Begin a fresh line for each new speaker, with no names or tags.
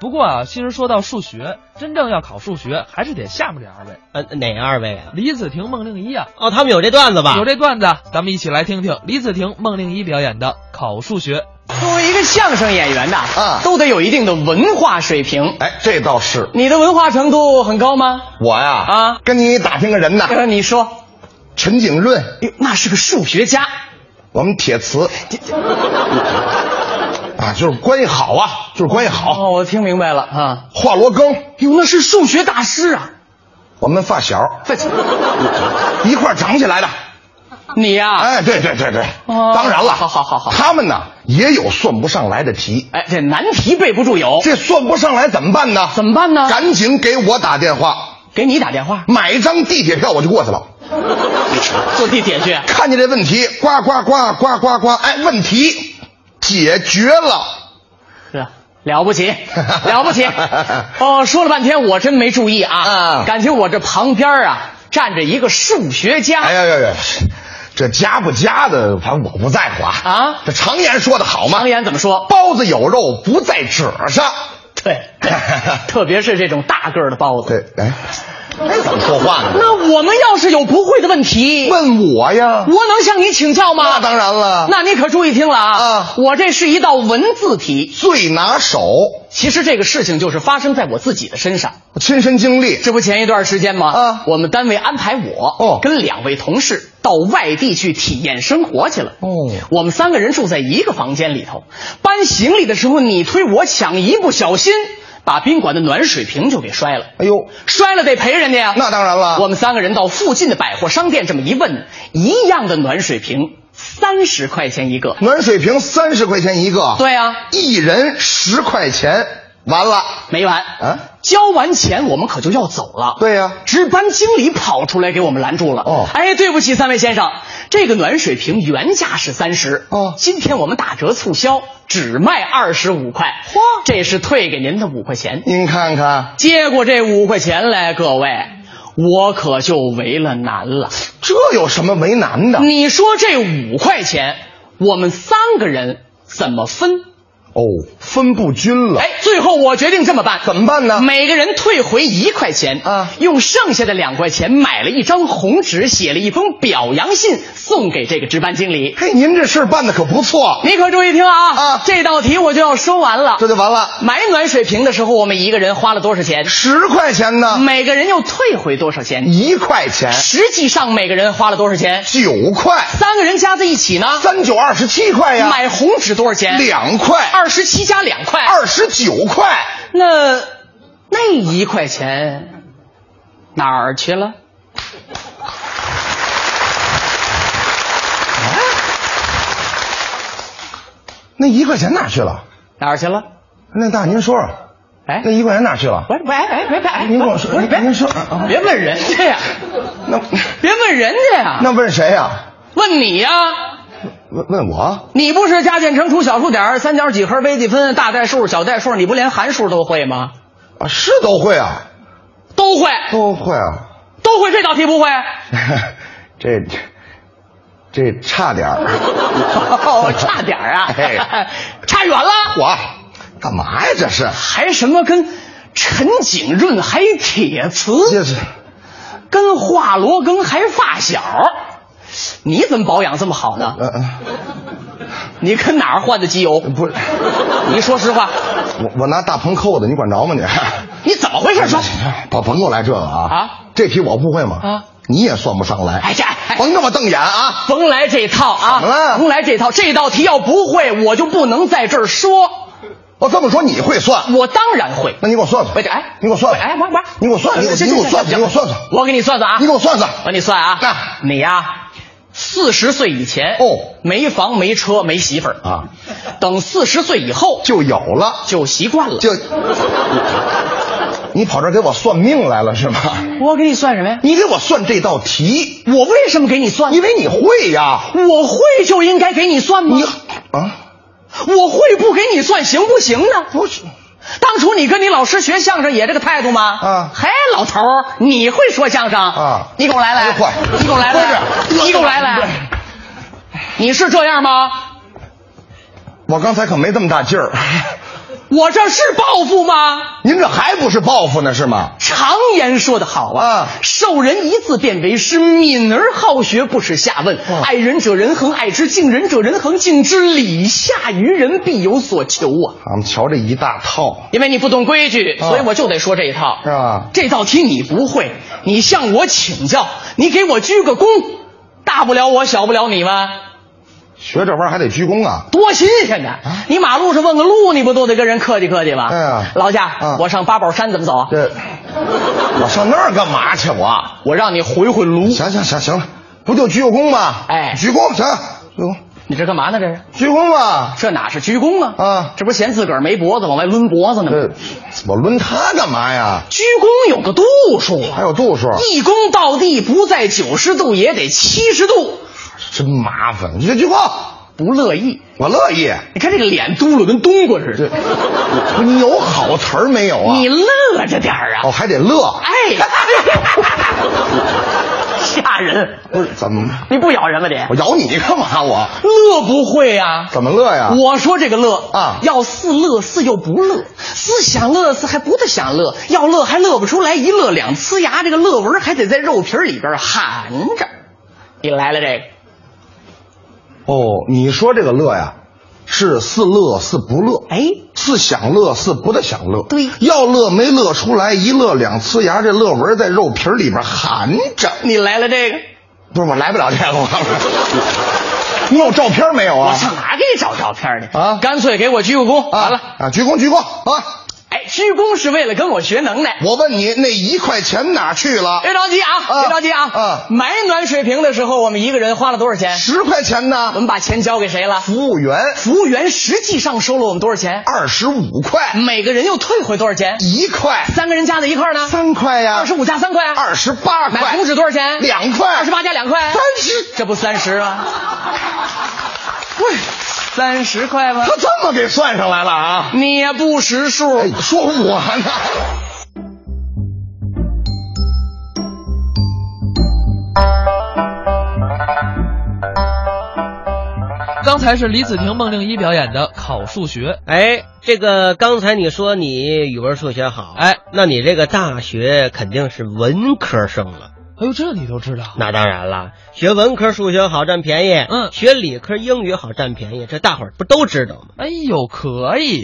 不过啊，其实说到数学，真正要考数学，还是得下面这二位
呃，哪二位啊？
李子婷、孟令一啊。
哦，他们有这段子吧？
有这段子，咱们一起来听听李子婷、孟令一表演的考数学。
作为一个相声演员呐，
啊
都得有一定的文化水平。
哎，这倒是
你的文化程度很高吗？
我呀
啊
跟你打听个人呐，
呃，你说，
陈景润，
哟哎那是个数学家，
我们铁磁，啊，就是关系好啊，就是关系好。
哦，我听明白了啊。
华罗庚，
哟，那是数学大师啊！
我们发小
这
一块儿长起来的。
你呀、
哎，对对对对，
哦
当然了，
好好好好
他们呢也有算不上来的题，
哎，这难题背不住有，
这算不上来怎么办呢？
哦怎么办呢？
赶紧给我打电话，
给你打电话，
买一张地铁票我就过去了。
坐地铁 去。
看见这问题，呱呱呱呱呱呱，哎，问题解决了。
是了不 起，了不起！哦，说了半天，我真没注意啊。
啊
感情我这旁边啊站着一个数学家。
哎呀呀呀，这加不加的，反正我不在乎啊。
啊
这常言说的好嘛，
常言怎么说？
包子有肉不在褶上。
对，特别是这种大个儿的包子。
对，哎，哎，怎么说话呢？
那我们要是有不会的问题，我
问我呀？
能向你请教吗？
那当然了，
那你可注意听了啊！
啊
我这是一道文字题。
最拿手，
其实这个事情就是发生在我自己的身上。
我亲身经历。
这不前一段时间吗？
啊
我们单位安排我
哦
跟两位同事到外地去体验生活去了。
哦
我们三个人住在一个房间里头，搬行李的时候你推我抢，一不小心把宾馆的暖水瓶就给摔了。
哎呦，
摔了得赔人家呀！
那当然了
我们三个人到附近的百货商店这么一问，一样的暖水瓶三十块钱一个。
暖水瓶三十块钱一个，
对啊，
一人十块钱，完了。
没完
啊！
交完钱我们可就要走了。
对呀
值班经理跑出来给我们拦住了。
哦
哎，对不起，三位先生，这个暖水瓶原价是三十，
哦
今天我们打折促销，只卖二十五块。嚯，这是退给您的五块钱。
您看看，
接过这五块钱来，各位，我可就为了难了。
这有什么为难的？
你说这五块钱，我们三个人怎么分？
哦，分不均了。
哎，最后我决定这么办，
怎么办呢
每个人退回一块钱
啊
用剩下的两块钱买了一张红纸，写了一封表扬信送给这个值班经理。
嘿，您这事儿办的可不错，
你可注意听啊！
啊
这道题我就要说完了。
这就完了。
买暖水瓶的时候，我们一个人花了多少钱？
十块钱呢，
每个人又退回多少钱？
一块钱，
实际上每个人花了多少钱？
九块，
三个人加在一起呢？
三九二十七块呀，
买红纸多少钱？
两块，
二十七加两块，
二十九块，
那那一块钱哪儿去了？
那一块钱哪去了？
哪儿去了？
那大您说说，
哎
那，一块钱哪去了？
喂喂哎喂喂，哎
您跟我说
不是别
您您说啊啊
别问人家呀，
那
别问人家呀，
那问谁呀？
问你呀。
问问我？
你不是加减乘除小数点儿三角几何微积分大代数小代数，你不连函数都会吗？
啊，是都会啊，
都会，
都会啊，
都会，这道题不会。
这这差点儿。
哦， 差点儿 啊
哎，
差远了。
我干嘛呀？这是
还什么跟陈景润，还铁磁，
这是
跟华罗庚，还发小。你怎么保养这么好呢？
嗯嗯
你跟哪儿换的机油？
呃不是
你说实话，
我我拿大棚扣的，你管 着吗你？
你怎么回 事？说，
哎甭甭给我来这个啊！
啊，
这题我不会吗？
啊，
你也算不上来。
哎这哎
甭那么瞪眼啊！
甭来这套啊！
怎么了
甭来这套，这道题要不会，我就不能在这儿说。
我这么说你会算，
我当然会。
那你给我算算。
嗯喂，这哎，
呃你给我算算。
哎，玩玩，
你给我算，你给我
这
你给我算，你给我算算，
我给你算算啊！
你给我算算。
我给你算啊，
啊
你呀、四十岁以前
哦，
没房没车没媳妇儿
啊，
等四十岁以后
就有了，
就习惯了。
就你跑这儿给我算命来了是吗？
我给你算什么呀？
你给我算这道题，
我为什么给你算？
因为你会呀。
我会就应该给你算吗？
你啊，
我会不给你算行不行呢？
不是。
当初你跟你老师学相声也这个态度吗？
啊
嘿，老头儿，你会说相声
啊
你给我来来，
会
你给我来来
不，是
你给我来来，你是这样吗？
我刚才可没这么大劲儿。
我这是报复吗？
您这还不是报复呢是吗？
常言说得好啊
啊，
授人一字便为师，敏而好学，不耻下问。爱人者人恒，爱之敬人者人恒，敬之礼下于人，必有所求啊。
俺们瞧这一大套，
因为你不懂规矩，
啊
所以我就得说这一套，
是吧
这道题你不会，你向我请教，你给我鞠个躬，大不了我，小不了你吧。
学这玩意儿还得鞠躬啊！
多新鲜呐！你马路上问个路，你不都得跟人客气客气吗？
哎呀
劳驾，
嗯
我上八宝山怎么走啊？
这我上那儿干嘛去？我
我让你回回炉。
行行行行了，不就鞠个躬吗？
哎
鞠躬行，鞠躬
你这干嘛呢？这是
鞠躬吧。
这哪是鞠躬啊？
啊
这不是嫌自个儿没脖子往外抡脖子呢吗？
这我抡他干嘛呀？
鞠躬有个度数啊，
还有度数，
一躬到地不在九十度也得七十度。
真麻烦。你这鞠躬，
不乐意，
我乐意。
你看这个脸嘟噜跟冬瓜似
这
的，
不是你有好词儿没有啊？
你乐着点儿
哦，
啊！
还得乐。
哎， 吓人！
不是怎么？
你不咬人吧你？
我咬你干嘛？我
乐不会啊呀、
怎么乐呀？
我说这个乐
啊
要似乐似又不乐，似想乐似还不得想乐，要乐还乐不出来，一乐两呲牙，这个乐纹还得在肉皮里边含着。你来了这个，
哦，你说这个乐呀，是似乐似不乐，
哎，
似想乐似不得想乐。
对
要乐没乐出来，一乐两呲牙，这乐纹在肉皮里边含着。
你来了这个，
不是我来不了这个，我 你有照片没有
我
啊？
上哪儿给你找照片去
啊
干脆给我鞠个躬，
啊
完了。
啊，鞠躬鞠躬啊！
哎，鞠躬是为了跟我学能耐。
我问你，那一块钱哪去了？
别着急啊，
啊
别着急啊！
啊
买暖水瓶的时候，我们一个人花了多少钱？
十块钱
我
呢？
们把钱交给谁了？
服务员
服务员实际上收了我们多少钱？
二十五块，
每个人又退回多少钱？
一块
三个人加在一块儿呢？
三块呀，
二十五加三块啊，
二十八块，
买红纸多少钱？
两块，
二十八加两块，啊
三十，
这不三十吗？喂，三十块吗？
他这么给算上来了啊！
你也不识数。
哎，说我呢？
刚才是李子婷、孟令一表演的考数学。
哎，这个刚才你说你语文、数学好，
哎，
那你这个大学肯定是文科生了。
哎呦，这你都知道？
那当然了，学文科数学好占便宜，
嗯
学理科英语好占便宜，这大伙儿不都知道吗？
哎呦，可以呀、